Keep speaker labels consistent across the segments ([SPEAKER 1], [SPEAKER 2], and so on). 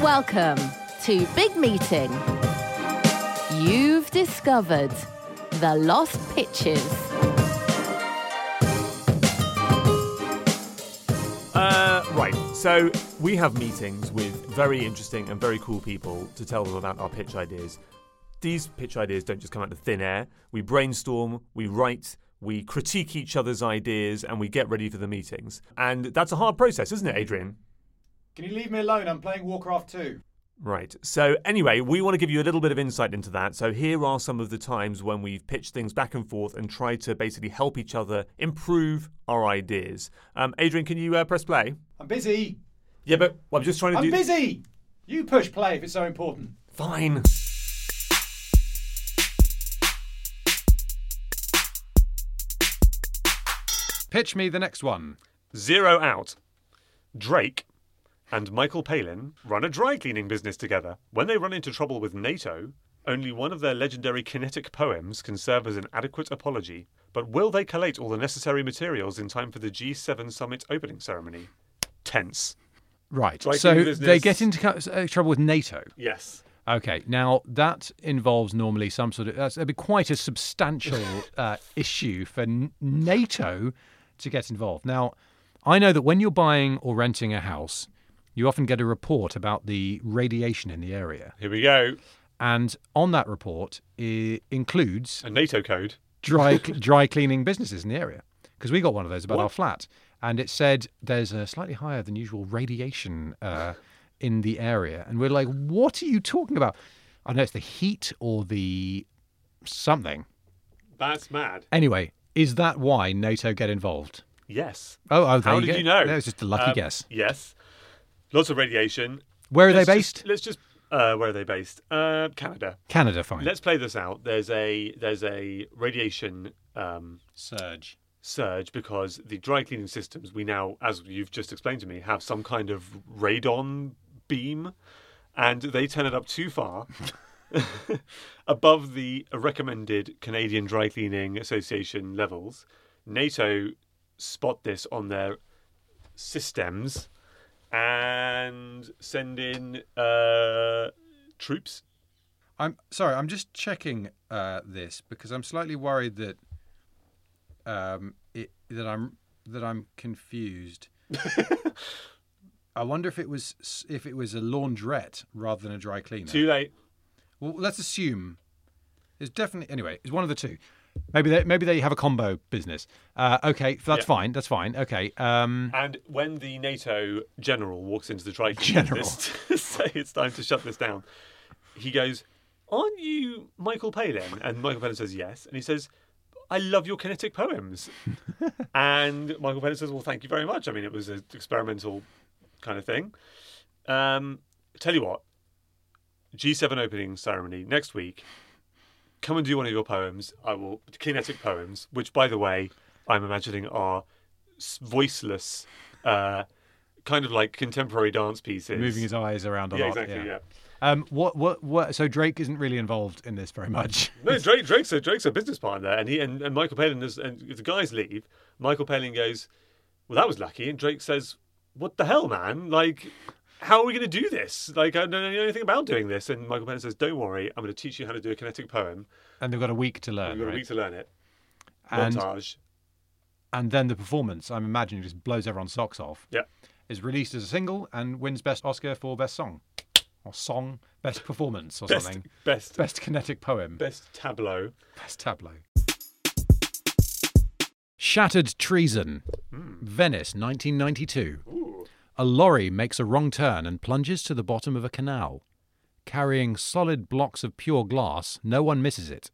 [SPEAKER 1] Welcome to Big Meeting. You've discovered the lost pitches.
[SPEAKER 2] Uh, right. So we have meetings with very interesting and very cool people to tell them about our pitch ideas. These pitch ideas don't just come out of thin air. We brainstorm, we write, we critique each other's ideas, and we get ready for the meetings. And that's a hard process, isn't it, Adrian?
[SPEAKER 3] Can you leave me alone? I'm playing Warcraft 2.
[SPEAKER 2] Right. So, anyway, we want to give you a little bit of insight into that. So, here are some of the times when we've pitched things back and forth and tried to basically help each other improve our ideas. Um, Adrian, can you uh, press play?
[SPEAKER 3] I'm busy.
[SPEAKER 2] Yeah, but I'm just trying to
[SPEAKER 3] I'm
[SPEAKER 2] do.
[SPEAKER 3] busy. You push play if it's so important.
[SPEAKER 2] Fine.
[SPEAKER 4] Pitch me the next one.
[SPEAKER 2] Zero out. Drake and Michael Palin run a dry cleaning business together. When they run into trouble with NATO, only one of their legendary kinetic poems can serve as an adequate apology. But will they collate all the necessary materials in time for the G7 summit opening ceremony? Tense.
[SPEAKER 4] Right.
[SPEAKER 2] Striking
[SPEAKER 4] so they
[SPEAKER 2] business.
[SPEAKER 4] get into co- uh, trouble with NATO.
[SPEAKER 2] Yes.
[SPEAKER 4] Okay. Now that involves normally some sort of that's, that'd be quite a substantial uh, issue for N- NATO to get involved. Now, I know that when you're buying or renting a house, you often get a report about the radiation in the area,
[SPEAKER 2] Here we go.
[SPEAKER 4] and on that report it includes
[SPEAKER 2] A NATO code.
[SPEAKER 4] dry dry cleaning businesses in the area because we got one of those about our flat, and it said there's a slightly higher than usual radiation uh, in the area, and we're like, what are you talking about? I don't know it's the heat or the something.
[SPEAKER 2] That's mad.
[SPEAKER 4] Anyway, is that why NATO get involved?
[SPEAKER 2] Yes.
[SPEAKER 4] Oh, oh, there
[SPEAKER 2] How did
[SPEAKER 4] go.
[SPEAKER 2] you know?
[SPEAKER 4] That was just a lucky
[SPEAKER 2] Um,
[SPEAKER 4] guess.
[SPEAKER 2] Yes. Lots of radiation.
[SPEAKER 4] Where are they
[SPEAKER 2] Let's
[SPEAKER 4] based?
[SPEAKER 2] just- let's just. Uh, where are they based? Uh, Canada.
[SPEAKER 4] Canada, fine.
[SPEAKER 2] Let's play this out. There's a there's a radiation um,
[SPEAKER 4] Surge.
[SPEAKER 2] surge because the dry cleaning systems we now, as you've just explained to me, have some kind of radon beam, and they turn it up too far. Above the recommended Canadian Dry Cleaning Association levels, NATO spot this on their systems and send in uh, troops.
[SPEAKER 5] I'm sorry. I'm just checking uh, this because I'm slightly worried that um, it, that I'm that I'm confused. I wonder if it was s- if it was a laundrette rather than a dry cleaner.
[SPEAKER 2] Too late.
[SPEAKER 5] Well, let's assume it's definitely anyway.
[SPEAKER 4] It's one of the two. Maybe they maybe they have a combo business. Uh, okay, that's
[SPEAKER 2] Yeah.
[SPEAKER 4] fine. That's fine. Okay. Um,
[SPEAKER 2] And when the NATO general walks into the dry cleaning
[SPEAKER 4] General.
[SPEAKER 2] business to say it's time to shut this down, he goes, "Aren't you Michael Palin?" And Michael Palin says, "Yes." And he says, "I love your kinetic poems." and Michael Palin says, "Well, thank you very much. I mean, it was an experimental kind of thing." Um, tell you what, G7 opening ceremony next week. Come and do one of your poems. I will kinetic poems, which, by the way, I'm imagining are s- voiceless, uh, kind of like contemporary dance pieces.
[SPEAKER 4] moving his eyes around a
[SPEAKER 2] yeah,
[SPEAKER 4] lot.
[SPEAKER 2] exactly. Yeah.
[SPEAKER 4] Um, what, what, what? So Drake isn't really involved in this very much.
[SPEAKER 2] No, Drake, Drake's a Drake's a business partner, and he and, and Michael Palin is, and if the guys leave. Michael Palin goes, "Well, that was lucky," and Drake says, "What the hell, man? Like, how are we going to do this? Like, I don't know anything about doing this." And Michael Palin says, "Don't worry, I'm going to teach you how to do a kinetic poem.
[SPEAKER 4] And they've got a week to
[SPEAKER 2] You've
[SPEAKER 4] learn.
[SPEAKER 2] got
[SPEAKER 4] right?
[SPEAKER 2] a week to learn it."
[SPEAKER 4] and,
[SPEAKER 2] Montage.
[SPEAKER 4] and then the performance, I'm imagining, just blows everyone's socks off.
[SPEAKER 2] Yeah.
[SPEAKER 4] Is released as a single and wins Best Oscar for Best Song. Or Song, Best Performance, or
[SPEAKER 2] Best,
[SPEAKER 4] something.
[SPEAKER 2] best, best,
[SPEAKER 4] Best Kinetic Poem.
[SPEAKER 2] tableau.
[SPEAKER 4] Best Tableau. Shattered Treason. Venice, 1992.
[SPEAKER 2] Ooh.
[SPEAKER 4] A lorry makes a wrong turn and plunges to the bottom of a canal. Carrying solid blocks of pure glass, no one misses it.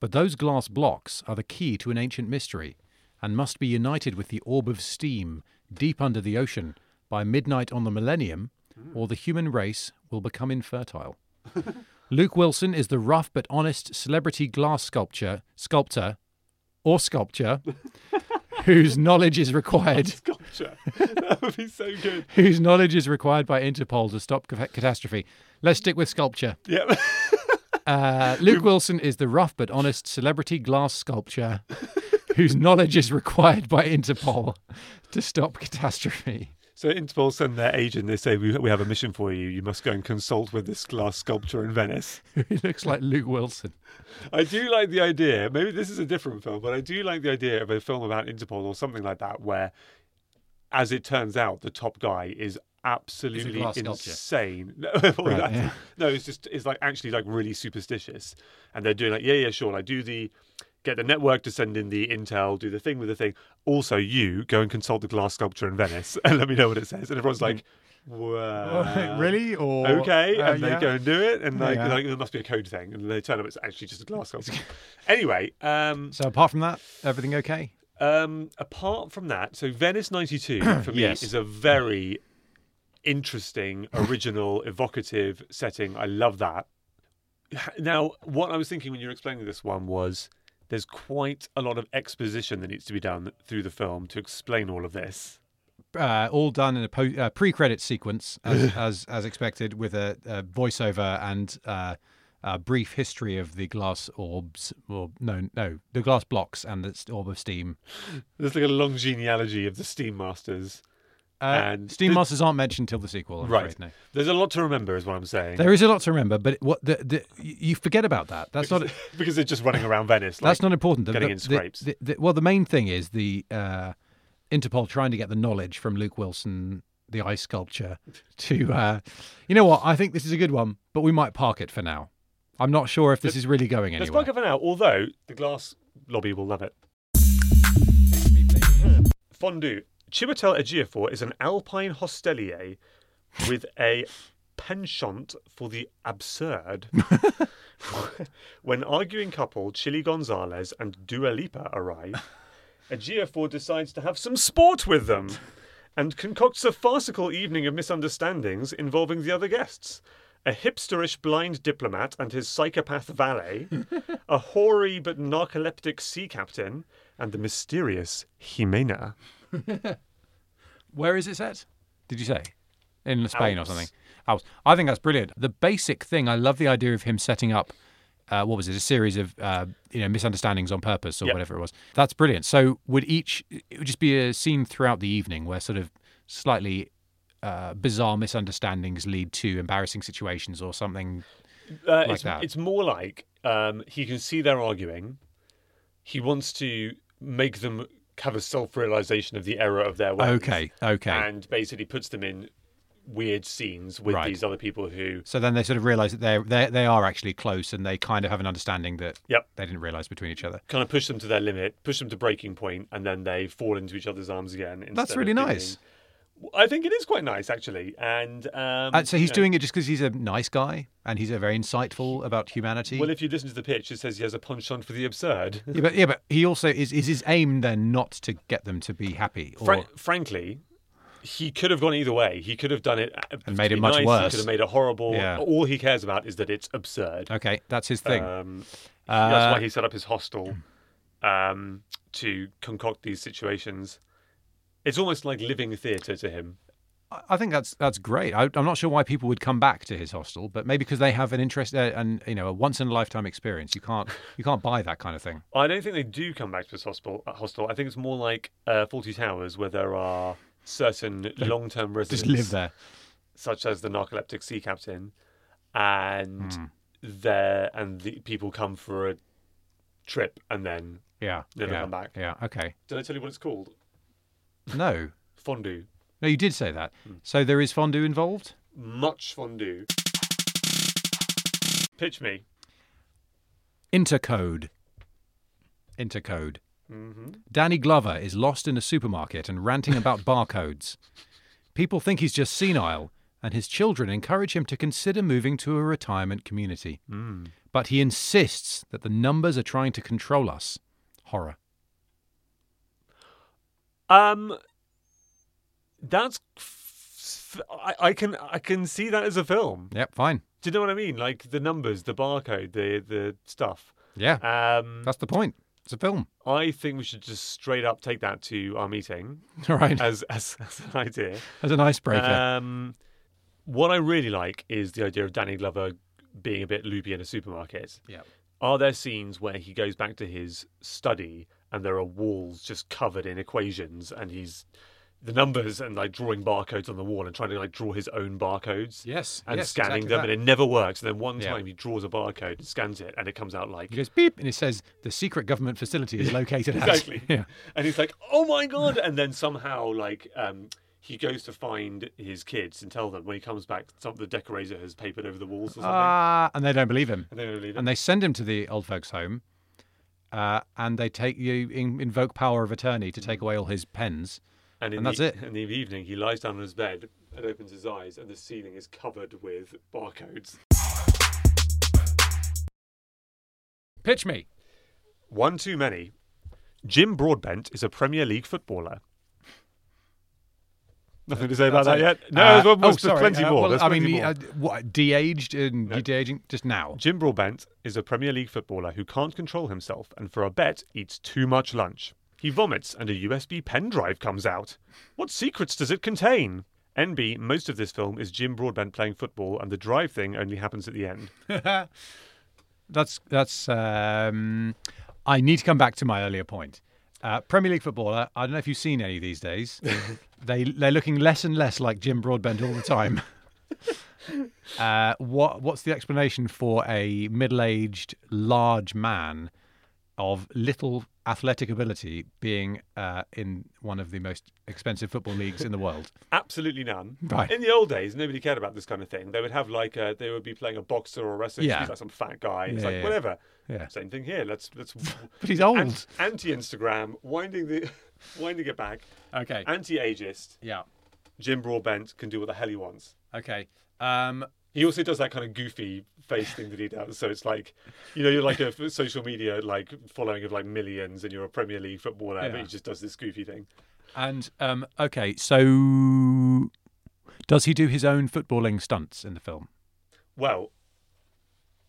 [SPEAKER 4] But those glass blocks are the key to an ancient mystery and must be united with the orb of steam deep under the ocean by midnight on the millennium, or the human race will become infertile. Luke Wilson is the rough but honest celebrity glass sculpture, sculptor, or sculpture, whose knowledge is required
[SPEAKER 2] Gotcha. that would be so good.
[SPEAKER 4] whose knowledge is required by Interpol to stop ca- catastrophe. Let's stick with sculpture.
[SPEAKER 2] Yeah.
[SPEAKER 4] Uh, Luke Wilson is the rough but honest celebrity glass sculpture whose knowledge is required by Interpol to stop catastrophe.
[SPEAKER 2] So Interpol send their agent. They say we, we have a mission for you. You must go and consult with this glass sculpture in Venice.
[SPEAKER 4] he looks like Luke Wilson.
[SPEAKER 2] I do like the idea. Maybe this is a different film, but I do like the idea of a film about Interpol or something like that, where, as it turns out, the top guy is absolutely
[SPEAKER 5] glass sculpture.
[SPEAKER 2] insane. No, well,
[SPEAKER 4] Right,
[SPEAKER 2] that's-
[SPEAKER 4] yeah.
[SPEAKER 2] no, it's just it's like actually like really superstitious, and they're doing like yeah yeah sure like do the get the network to send in the intel, do the thing with the thing. Also, you go and consult the glass sculpture in Venice and let me know what it says. And everyone's
[SPEAKER 4] Hmm.
[SPEAKER 2] like, wow,
[SPEAKER 4] really? Or
[SPEAKER 2] okay,
[SPEAKER 4] uh,
[SPEAKER 2] and they
[SPEAKER 4] yeah.
[SPEAKER 2] go and do it, and like,
[SPEAKER 4] Yeah.
[SPEAKER 2] like there must be a code thing, and they turn up it's actually just a glass sculpture. anyway, um,
[SPEAKER 4] So apart from that, everything okay?
[SPEAKER 2] um, apart from that, so Venice '92 for me
[SPEAKER 4] Yes.
[SPEAKER 2] is a very interesting, original, evocative setting. I love that. Now, what I was thinking when you were explaining this one was there's quite a lot of exposition that needs to be done through the film to explain all of this.
[SPEAKER 4] Uh, all done in a po- uh, pre-credit sequence, as, as as expected, with a, a voiceover and uh, a brief history of the glass orbs, or no, no, the glass blocks and the s- orb of steam.
[SPEAKER 2] There's like a long genealogy of the Steam Masters.
[SPEAKER 4] Uh,
[SPEAKER 2] And
[SPEAKER 4] steam
[SPEAKER 2] the-
[SPEAKER 4] masters aren't mentioned till the sequel, I'm
[SPEAKER 2] Right.
[SPEAKER 4] afraid, no.
[SPEAKER 2] There's a lot to remember, is what I'm saying.
[SPEAKER 4] There is a lot to remember, but what the, the you you forget about that. That's not
[SPEAKER 2] because they're just running around Venice. Like,
[SPEAKER 4] that's not important. The-
[SPEAKER 2] getting
[SPEAKER 4] the-
[SPEAKER 2] in
[SPEAKER 4] the-
[SPEAKER 2] scrapes.
[SPEAKER 4] the- the- well, the main thing is the uh, Interpol trying to get the knowledge from Luke Wilson, the ice sculpture, to uh, you know what? I think this is a good one, but we might park it for now. I'm not sure if this is really going
[SPEAKER 2] Let's
[SPEAKER 4] anywhere.
[SPEAKER 2] park it for now. Although the glass lobby will love it. Fondue. Chiwetel Ejiofor is an alpine hostelier with a penchant for the absurd. when arguing couple Chili Gonzalez and Dua Lipa arrive, Ejiofor decides to have some sport with them and concocts a farcical evening of misunderstandings involving the other guests. A hipsterish blind diplomat and his psychopath valet, a hoary but narcoleptic sea captain, and the mysterious Jimena.
[SPEAKER 4] Where is it set? Did you say in Spain
[SPEAKER 2] Alps.
[SPEAKER 4] or something? Alps. I think that's brilliant. The basic thing. I love the idea of him setting up. Uh, what was it? A series of uh, you know misunderstandings on purpose or
[SPEAKER 2] Yep.
[SPEAKER 4] whatever it was. That's brilliant. So would each? It would just be a scene throughout the evening where sort of slightly uh, bizarre misunderstandings lead to embarrassing situations or something.
[SPEAKER 2] Uh, it's,
[SPEAKER 4] that.
[SPEAKER 2] it's more like um, he can see they're arguing. He wants to make them have a self realization of the error of their ways.
[SPEAKER 4] Okay. Okay.
[SPEAKER 2] And basically puts them in weird scenes with
[SPEAKER 4] Right.
[SPEAKER 2] these other people who.
[SPEAKER 4] so then they sort of realize that they're, they they are actually close and they kind of have an understanding that
[SPEAKER 2] Yep.
[SPEAKER 4] they didn't realize between each other.
[SPEAKER 2] Kind of push them to their limit, push them to breaking point, and then they fall into each other's arms again. instead of
[SPEAKER 4] really
[SPEAKER 2] thinking-
[SPEAKER 4] nice.
[SPEAKER 2] I think it is quite nice, actually. And um,
[SPEAKER 4] Uh, so
[SPEAKER 2] you
[SPEAKER 4] he's
[SPEAKER 2] know,
[SPEAKER 4] doing it just because he's a nice guy and he's a very insightful about humanity.
[SPEAKER 2] Well, if you listen to the pitch, it says he has a penchant for the absurd.
[SPEAKER 4] yeah, but yeah, but he also is, is his aim then not to get them to be happy or
[SPEAKER 2] Fra- frankly, he could have gone either way. He could have done it
[SPEAKER 4] And made
[SPEAKER 2] particularly
[SPEAKER 4] it much
[SPEAKER 2] nice, He
[SPEAKER 4] worse.
[SPEAKER 2] could have made it horrible.
[SPEAKER 4] Yeah.
[SPEAKER 2] All he cares about is that it's absurd.
[SPEAKER 4] okay, that's his thing.
[SPEAKER 2] Um,
[SPEAKER 4] Uh,
[SPEAKER 2] that's why he set up his hostel
[SPEAKER 4] Mm.
[SPEAKER 2] um, to concoct these situations. It's almost like living theatre to him.
[SPEAKER 4] I- I think that's that's great. I, I'm not sure why people would come back to his hostel, but maybe because they have an interest uh, and you know a once in a lifetime experience. You can't you can't buy that kind of thing.
[SPEAKER 2] I don't think they do come back to his hostel. uh, Hostel. I think it's more like uh, Forty Towers, where there are certain long-term residents.
[SPEAKER 4] Just live there.
[SPEAKER 2] such as the narcoleptic sea captain, and there and the people come for a trip and then
[SPEAKER 4] Yeah,
[SPEAKER 2] Never
[SPEAKER 4] yeah,
[SPEAKER 2] come back.
[SPEAKER 4] Yeah, okay.
[SPEAKER 2] did I tell you what it's called?
[SPEAKER 4] No,
[SPEAKER 2] Fondue,
[SPEAKER 4] no, you did say that.
[SPEAKER 2] Hmm.
[SPEAKER 4] So there is fondue involved.
[SPEAKER 2] much fondue. Pitch me.
[SPEAKER 4] Intercode. Intercode.
[SPEAKER 2] hmm
[SPEAKER 4] Danny Glover is lost in a supermarket and ranting about barcodes. People think he's just senile, and his children encourage him to consider moving to a retirement community.
[SPEAKER 2] Mm.
[SPEAKER 4] But he insists that the numbers are trying to control us. Horror.
[SPEAKER 2] Um, that's. f- I, I can I can see that as a film.
[SPEAKER 4] Yep, fine.
[SPEAKER 2] Do you know what I mean? Like the numbers, the barcode, the the stuff.
[SPEAKER 4] Yeah,
[SPEAKER 2] Um,
[SPEAKER 4] that's the point. It's a film.
[SPEAKER 2] I think we should just straight up take that to our meeting
[SPEAKER 4] All right,
[SPEAKER 2] as as, as an idea.
[SPEAKER 4] as an icebreaker.
[SPEAKER 2] Um, what I really like is the idea of Danny Glover being a bit loopy in a supermarket.
[SPEAKER 5] Yeah.
[SPEAKER 2] Are there scenes where he goes back to his study and there are walls just covered in equations and he's the numbers and like drawing barcodes on the wall and trying to like draw his own barcodes.
[SPEAKER 5] Yes,
[SPEAKER 2] And
[SPEAKER 5] yes,
[SPEAKER 2] scanning
[SPEAKER 5] exactly
[SPEAKER 2] them,
[SPEAKER 5] that.
[SPEAKER 2] and it never works. And then one
[SPEAKER 5] Yeah.
[SPEAKER 2] time he draws a barcode, and scans it, and it comes out like
[SPEAKER 4] He goes beep, and it says the secret government facility is located at.
[SPEAKER 2] exactly.
[SPEAKER 4] Yeah.
[SPEAKER 2] And he's like, "Oh my god!" And then somehow, like, um, he goes to find his kids and tell them when he comes back, some the decorator has papered over the walls or something,
[SPEAKER 4] Ah, and they don't believe him.
[SPEAKER 2] and they don't believe it.
[SPEAKER 4] And they send him to the old folks' home, uh, and they take you in, invoke power of attorney to take away all his pens.
[SPEAKER 2] And, in
[SPEAKER 4] and that's
[SPEAKER 2] the,
[SPEAKER 4] it.
[SPEAKER 2] In the evening, he lies down on his bed and opens his eyes, and the ceiling is covered with barcodes.
[SPEAKER 4] Pitch me.
[SPEAKER 2] One too many. Jim Broadbent is a Premier League footballer. Nothing to say about that yet. No,
[SPEAKER 4] Uh,
[SPEAKER 2] there's one-
[SPEAKER 4] oh,
[SPEAKER 2] there's
[SPEAKER 4] sorry.
[SPEAKER 2] plenty
[SPEAKER 4] uh,
[SPEAKER 2] more.
[SPEAKER 4] well,
[SPEAKER 2] there's
[SPEAKER 4] I
[SPEAKER 2] plenty
[SPEAKER 4] mean,
[SPEAKER 2] more.
[SPEAKER 4] uh, what, de-aged and
[SPEAKER 2] No.
[SPEAKER 4] de-aging just now.
[SPEAKER 2] Jim Broadbent is a Premier League footballer who can't control himself and for a bet eats too much lunch. He vomits and a USB pen drive comes out. What secrets does it contain? NB, most of this film is Jim Broadbent playing football and the drive thing only happens at the end.
[SPEAKER 4] That's that's. Um, I need to come back to my earlier point. Uh, Premier League footballer. I don't know if you've seen any these days. they they're looking less and less like Jim Broadbent all the time. uh, what what's the explanation for a middle-aged large man of little athletic ability being uh, in one of the most expensive football leagues in the world?
[SPEAKER 2] Absolutely none.
[SPEAKER 4] Right.
[SPEAKER 2] In the old days, nobody cared about this kind of thing. They would have like a, they would be playing a boxer or a wrestler.
[SPEAKER 4] Yeah.
[SPEAKER 2] He's like some fat guy. It's
[SPEAKER 4] Yeah,
[SPEAKER 2] like
[SPEAKER 4] yeah.
[SPEAKER 2] whatever.
[SPEAKER 4] Yeah.
[SPEAKER 2] Same thing here. Let's let's
[SPEAKER 4] But he's old.
[SPEAKER 2] anti Instagram, winding the winding it back.
[SPEAKER 5] Okay.
[SPEAKER 2] Anti ageist.
[SPEAKER 5] Yeah.
[SPEAKER 2] Jim Broadbent can do what the hell he wants.
[SPEAKER 5] Okay. Um,
[SPEAKER 2] He also does that kind of goofy face thing that he does. So it's like, you know, you're like a f- social media like following of like millions, and you're a Premier League footballer, but
[SPEAKER 5] Yeah.
[SPEAKER 2] he just does this goofy thing.
[SPEAKER 4] And um, okay, so does he do his own footballing stunts in the film,
[SPEAKER 2] Well,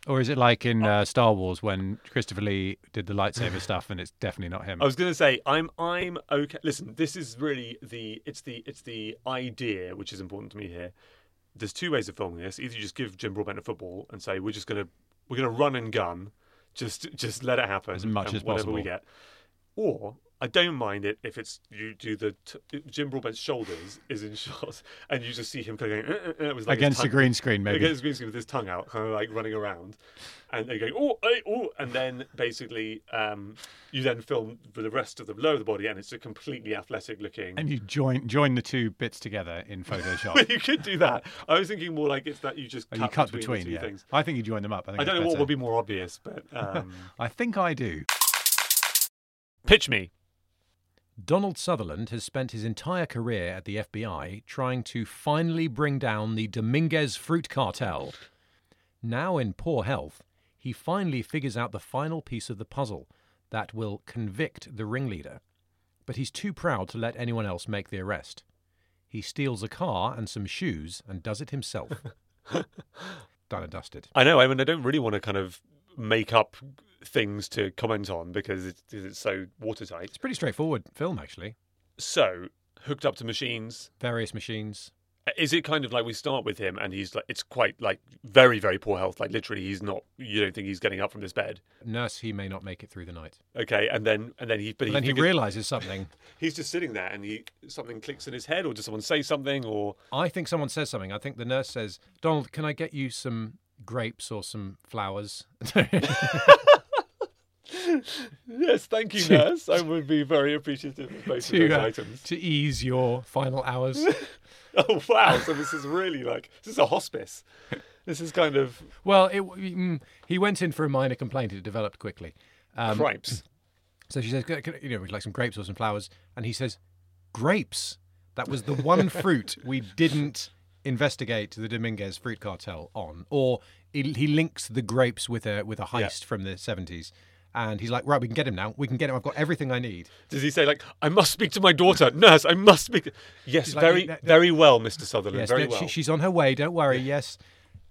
[SPEAKER 4] or is it like in
[SPEAKER 2] Oh.
[SPEAKER 4] uh, Star Wars when Christopher Lee did the lightsaber stuff, and it's definitely not him?
[SPEAKER 2] I was going to say I'm I'm okay. Listen, this is really the it's the it's the idea which is important to me here. There's two ways of filming this. Either you just give Jim Broadbent a football and say we're just going to we're going to run and gun, just just let it happen
[SPEAKER 4] As much
[SPEAKER 2] and
[SPEAKER 4] as
[SPEAKER 2] whatever we
[SPEAKER 4] possible.
[SPEAKER 2] get. Or I don't mind it if it's you do the t- Jim Broadbent's shoulders is in shot and you just see him going uh, uh, uh, it was like his
[SPEAKER 4] Against the
[SPEAKER 2] tongue-
[SPEAKER 4] green screen, maybe.
[SPEAKER 2] against the green screen with his tongue out, kind of like running around, and they go oh eh, oh, and then basically um, you then film for the rest of the lower of the body, and it's a completely athletic looking.
[SPEAKER 4] and you join join the two bits together in Photoshop.
[SPEAKER 2] you could do that. I was thinking more like it's that you just
[SPEAKER 4] Or
[SPEAKER 2] cut,
[SPEAKER 4] you cut
[SPEAKER 2] between,
[SPEAKER 4] between,
[SPEAKER 2] the two
[SPEAKER 4] yeah.
[SPEAKER 2] things.
[SPEAKER 4] I think you join them up. I, think
[SPEAKER 2] I don't
[SPEAKER 4] it's
[SPEAKER 2] know what
[SPEAKER 4] better.
[SPEAKER 2] will be more obvious, but um,
[SPEAKER 4] I think I do.
[SPEAKER 2] pitch me.
[SPEAKER 6] Donald Sutherland has spent his entire career at the FBI trying to finally bring down the Dominguez fruit cartel. Now in poor health, he finally figures out the final piece of the puzzle that will convict the ringleader. But he's too proud to let anyone else make the arrest. He steals a car and some shoes and does it himself. Done and dusted.
[SPEAKER 2] I know. I mean, I don't really want to kind of make up things to comment on because it's, it's so watertight.
[SPEAKER 6] It's a pretty straightforward film, actually.
[SPEAKER 2] So hooked up to machines.
[SPEAKER 6] Various machines.
[SPEAKER 2] Is it kind of like we start with him and he's like, it's quite like very, very poor health. Like literally, he's not. You don't think he's getting up from this bed,
[SPEAKER 6] Nurse, he may not make it through the night.
[SPEAKER 2] okay? And then, and then he, but
[SPEAKER 6] But
[SPEAKER 2] he,
[SPEAKER 6] then he
[SPEAKER 2] figures-
[SPEAKER 6] realizes something.
[SPEAKER 2] he's just sitting there and he something clicks in his head, or does someone say something, or
[SPEAKER 6] I think someone says something. I think the nurse says, Donald, can I get you some grapes or some flowers?
[SPEAKER 2] yes, thank you, nurse. I would be very appreciative of both of
[SPEAKER 6] to,
[SPEAKER 2] those
[SPEAKER 6] uh,
[SPEAKER 2] items.
[SPEAKER 6] to ease your final hours.
[SPEAKER 2] Oh wow! So this is really like this is a hospice. This is kind of
[SPEAKER 6] well, it, mm, he went in for a minor complaint. It developed quickly. Um,
[SPEAKER 2] cripes.
[SPEAKER 6] So she says, "Can- can- you know, we'd like some grapes or some flowers. And he says, grapes. That was the one fruit we didn't investigate the Dominguez fruit cartel on. Or he, he links the grapes with a with a heist from the 70s. And he's like, right, we can get him now. We can get him. I've got everything I need.
[SPEAKER 2] Does he say like, "I must speak to my daughter, nurse"? I must speak. Yes,
[SPEAKER 6] She's like,
[SPEAKER 2] very,
[SPEAKER 6] "No, no."
[SPEAKER 2] very well, Mister Sutherland.
[SPEAKER 6] Yes,
[SPEAKER 2] very
[SPEAKER 6] no, she-
[SPEAKER 2] well.
[SPEAKER 6] she's on her way. Don't worry. Yes,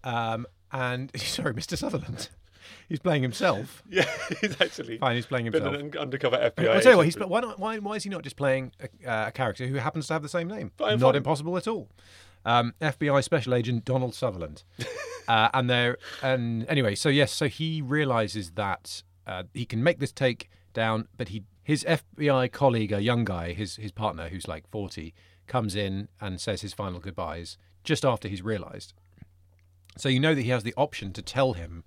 [SPEAKER 6] um, and sorry, Mr. Sutherland, he's playing himself.
[SPEAKER 2] Yeah, he's actually
[SPEAKER 6] Fine, he's playing
[SPEAKER 2] been
[SPEAKER 6] himself.
[SPEAKER 2] an un- undercover FBI.
[SPEAKER 6] I'll tell you what,
[SPEAKER 2] agent,
[SPEAKER 6] he's,
[SPEAKER 2] but-
[SPEAKER 6] why, not, why, why is he not just playing a, uh, a character who happens to have the same name?
[SPEAKER 2] Fine,
[SPEAKER 6] not
[SPEAKER 2] fine.
[SPEAKER 6] impossible at all. Um, FBI Special Agent Donald Sutherland, uh, and there. And anyway, so yes, so he realizes that uh, he can make this take down, but he his FBI colleague, a young guy, his his partner who's like forty,
[SPEAKER 4] comes in and says his final goodbyes just after he's realized. So you know that he has the option to tell him,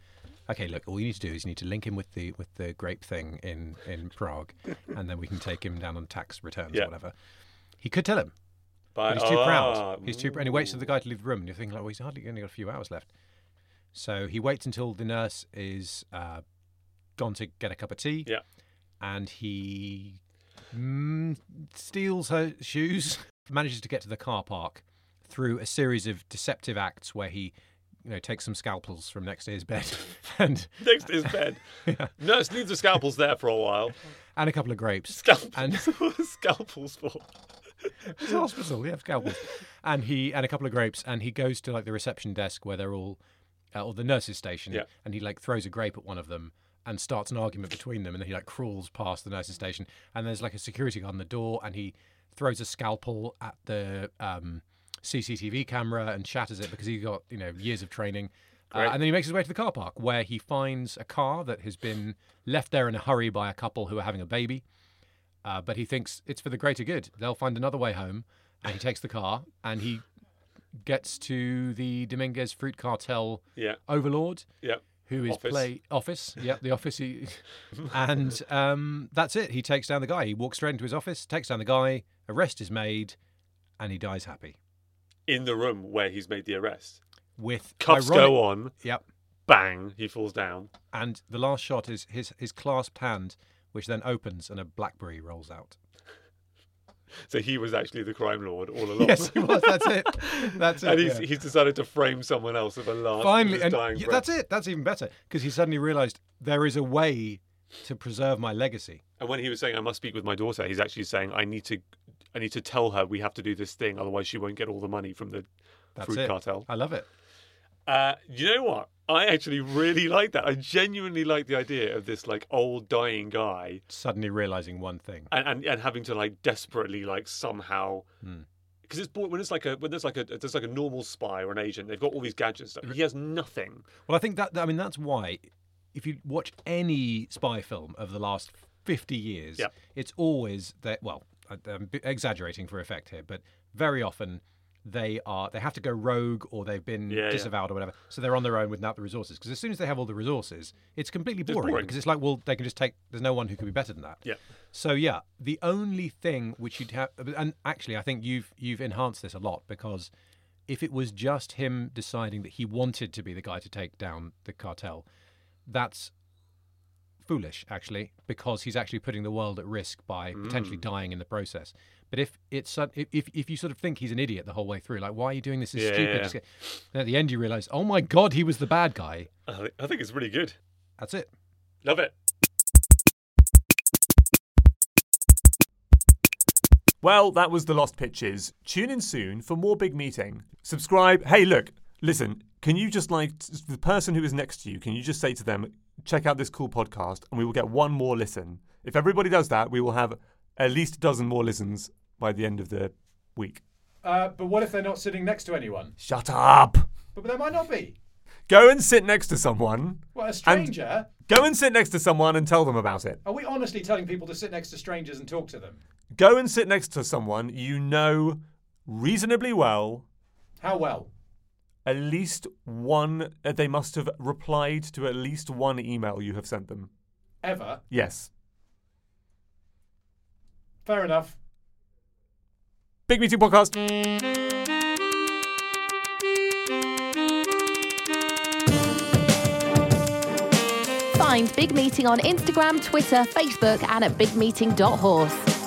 [SPEAKER 4] okay, look, all you need to do is you need to link him with the with the grape thing in in Prague, and then we can take him down on tax returns
[SPEAKER 2] Yeah.
[SPEAKER 4] or whatever. He could tell him,
[SPEAKER 2] But
[SPEAKER 4] but he's too
[SPEAKER 2] Ah,
[SPEAKER 4] proud. He's too, pr- and he waits for the guy to leave the room. And you're thinking, like, well, he's hardly only got a few hours left. So he waits until the nurse is uh, gone to get a cup of tea.
[SPEAKER 2] Yeah.
[SPEAKER 4] And he mm, steals her shoes, manages to get to the car park through a series of deceptive acts where he, you know, takes some scalpels from next to his bed and
[SPEAKER 2] next to his bed. Nurse leaves the scalpels there for a while.
[SPEAKER 4] and a couple of grapes.
[SPEAKER 2] Scalpels.
[SPEAKER 4] And-
[SPEAKER 2] what are scalpels for?
[SPEAKER 4] It's a hospital. Yeah, scalpels. And he and a couple of grapes, and he goes to like the reception desk where they're all, uh, or the nurses' station,
[SPEAKER 2] Yeah.
[SPEAKER 4] and he like throws a grape at one of them and starts an argument between them, and then he like crawls past the nurses' station, and there's like a security guard on the door, and he throws a scalpel at the um, CCTV camera and shatters it because he got you know years of training. Uh,
[SPEAKER 2] Great.
[SPEAKER 4] and then he makes his way to the car park where he finds a car that has been left there in a hurry by a couple who are having a baby uh, but he thinks it's for the greater good. They'll find another way home, and he takes the car and he gets to the Dominguez Fruit Cartel
[SPEAKER 2] Yeah,
[SPEAKER 4] overlord,
[SPEAKER 2] yeah.
[SPEAKER 4] who is
[SPEAKER 2] Office.
[SPEAKER 4] play office. Yep, the office. He, and um, that's it. He takes down the guy. He walks straight into his office, takes down the guy. Arrest is made, and he dies happy.
[SPEAKER 2] In the room where he's made the arrest.
[SPEAKER 4] With
[SPEAKER 2] Cuffs
[SPEAKER 4] ironic-
[SPEAKER 2] go on.
[SPEAKER 4] Yep.
[SPEAKER 2] Bang. He falls down.
[SPEAKER 4] And the last shot is his his clasped hand, which then opens and a blackberry rolls out.
[SPEAKER 2] So he was actually the crime lord all along.
[SPEAKER 4] Yes, he was. That's it. That's it.
[SPEAKER 2] and he's,
[SPEAKER 4] yeah.
[SPEAKER 2] he's decided to frame someone else with a last
[SPEAKER 4] finally,
[SPEAKER 2] his
[SPEAKER 4] and
[SPEAKER 2] dying
[SPEAKER 4] yeah,
[SPEAKER 2] breath.
[SPEAKER 4] that's it. That's even better because he suddenly realised there is a way to preserve my legacy.
[SPEAKER 2] And when he was saying, "I must speak with my daughter," he's actually saying, "I need to, I need to tell her we have to do this thing, otherwise she won't get all the money from the
[SPEAKER 4] That's
[SPEAKER 2] fruit
[SPEAKER 4] it.
[SPEAKER 2] cartel."
[SPEAKER 4] I love it.
[SPEAKER 2] Uh, you know what? I actually really like that. I genuinely like the idea of this like old dying guy
[SPEAKER 4] Suddenly realising one thing.
[SPEAKER 2] and, and, and having to like desperately like somehow
[SPEAKER 4] Hmm.
[SPEAKER 2] because it's bo- when it's like a when there's like a there's like a normal spy or an agent they've got all these gadgets and stuff. He has nothing.
[SPEAKER 4] Well, I think that I mean that's why if you watch any spy film of the last fifty years,
[SPEAKER 2] Yep.
[SPEAKER 4] it's always that. Well, I- I'm b- exaggerating for effect here, but very often they are they have to go rogue or they've been
[SPEAKER 2] Yeah, yeah.
[SPEAKER 4] disavowed or whatever so they're on their own without the resources because as soon as they have all the resources it's completely boring,
[SPEAKER 2] boring.
[SPEAKER 4] because it's like well they can just take there's no one who could be better than that
[SPEAKER 2] Yeah.
[SPEAKER 4] so yeah, the only thing which you'd have, and actually, I think you've you've enhanced this a lot because if it was just him deciding that he wanted to be the guy to take down the cartel, that's foolish actually because he's actually putting the world at risk by
[SPEAKER 2] Mm.
[SPEAKER 4] potentially dying in the process. But if it's sud- if if- if you sort of think he's an idiot the whole way through, like why are you doing this? This is
[SPEAKER 2] Yeah,
[SPEAKER 4] stupid.
[SPEAKER 2] yeah,
[SPEAKER 4] Just get- And at the end, you realize, oh my god, he was the bad guy.
[SPEAKER 2] I thi- I think it's really good.
[SPEAKER 4] That's it.
[SPEAKER 2] Love it.
[SPEAKER 7] Well, that was The Lost Pitches. Tune in soon for more Big Meeting. Subscribe. Hey, look, listen, can you just like t- the person who is next to you, can you just say to them, check out this cool podcast and we will get one more listen? If everybody does that, we will have at least a dozen more listens by the end of the week.
[SPEAKER 8] Uh, but what if they're not sitting next to anyone?
[SPEAKER 7] Shut up!
[SPEAKER 8] But, but they might not be.
[SPEAKER 7] Go and sit next to someone.
[SPEAKER 8] Well, a stranger.
[SPEAKER 7] Go and sit next to someone and tell them about it.
[SPEAKER 8] Are we honestly telling people to sit next to strangers and talk to them?
[SPEAKER 7] Go and sit next to someone you know reasonably well
[SPEAKER 8] How well?
[SPEAKER 7] at least one uh, they must have replied to at least one email you have sent them
[SPEAKER 8] Ever?
[SPEAKER 7] yes
[SPEAKER 8] Fair enough.
[SPEAKER 7] big meeting podcast
[SPEAKER 1] Find Big Meeting on Instagram, Twitter, Facebook, and at bigmeeting.horse.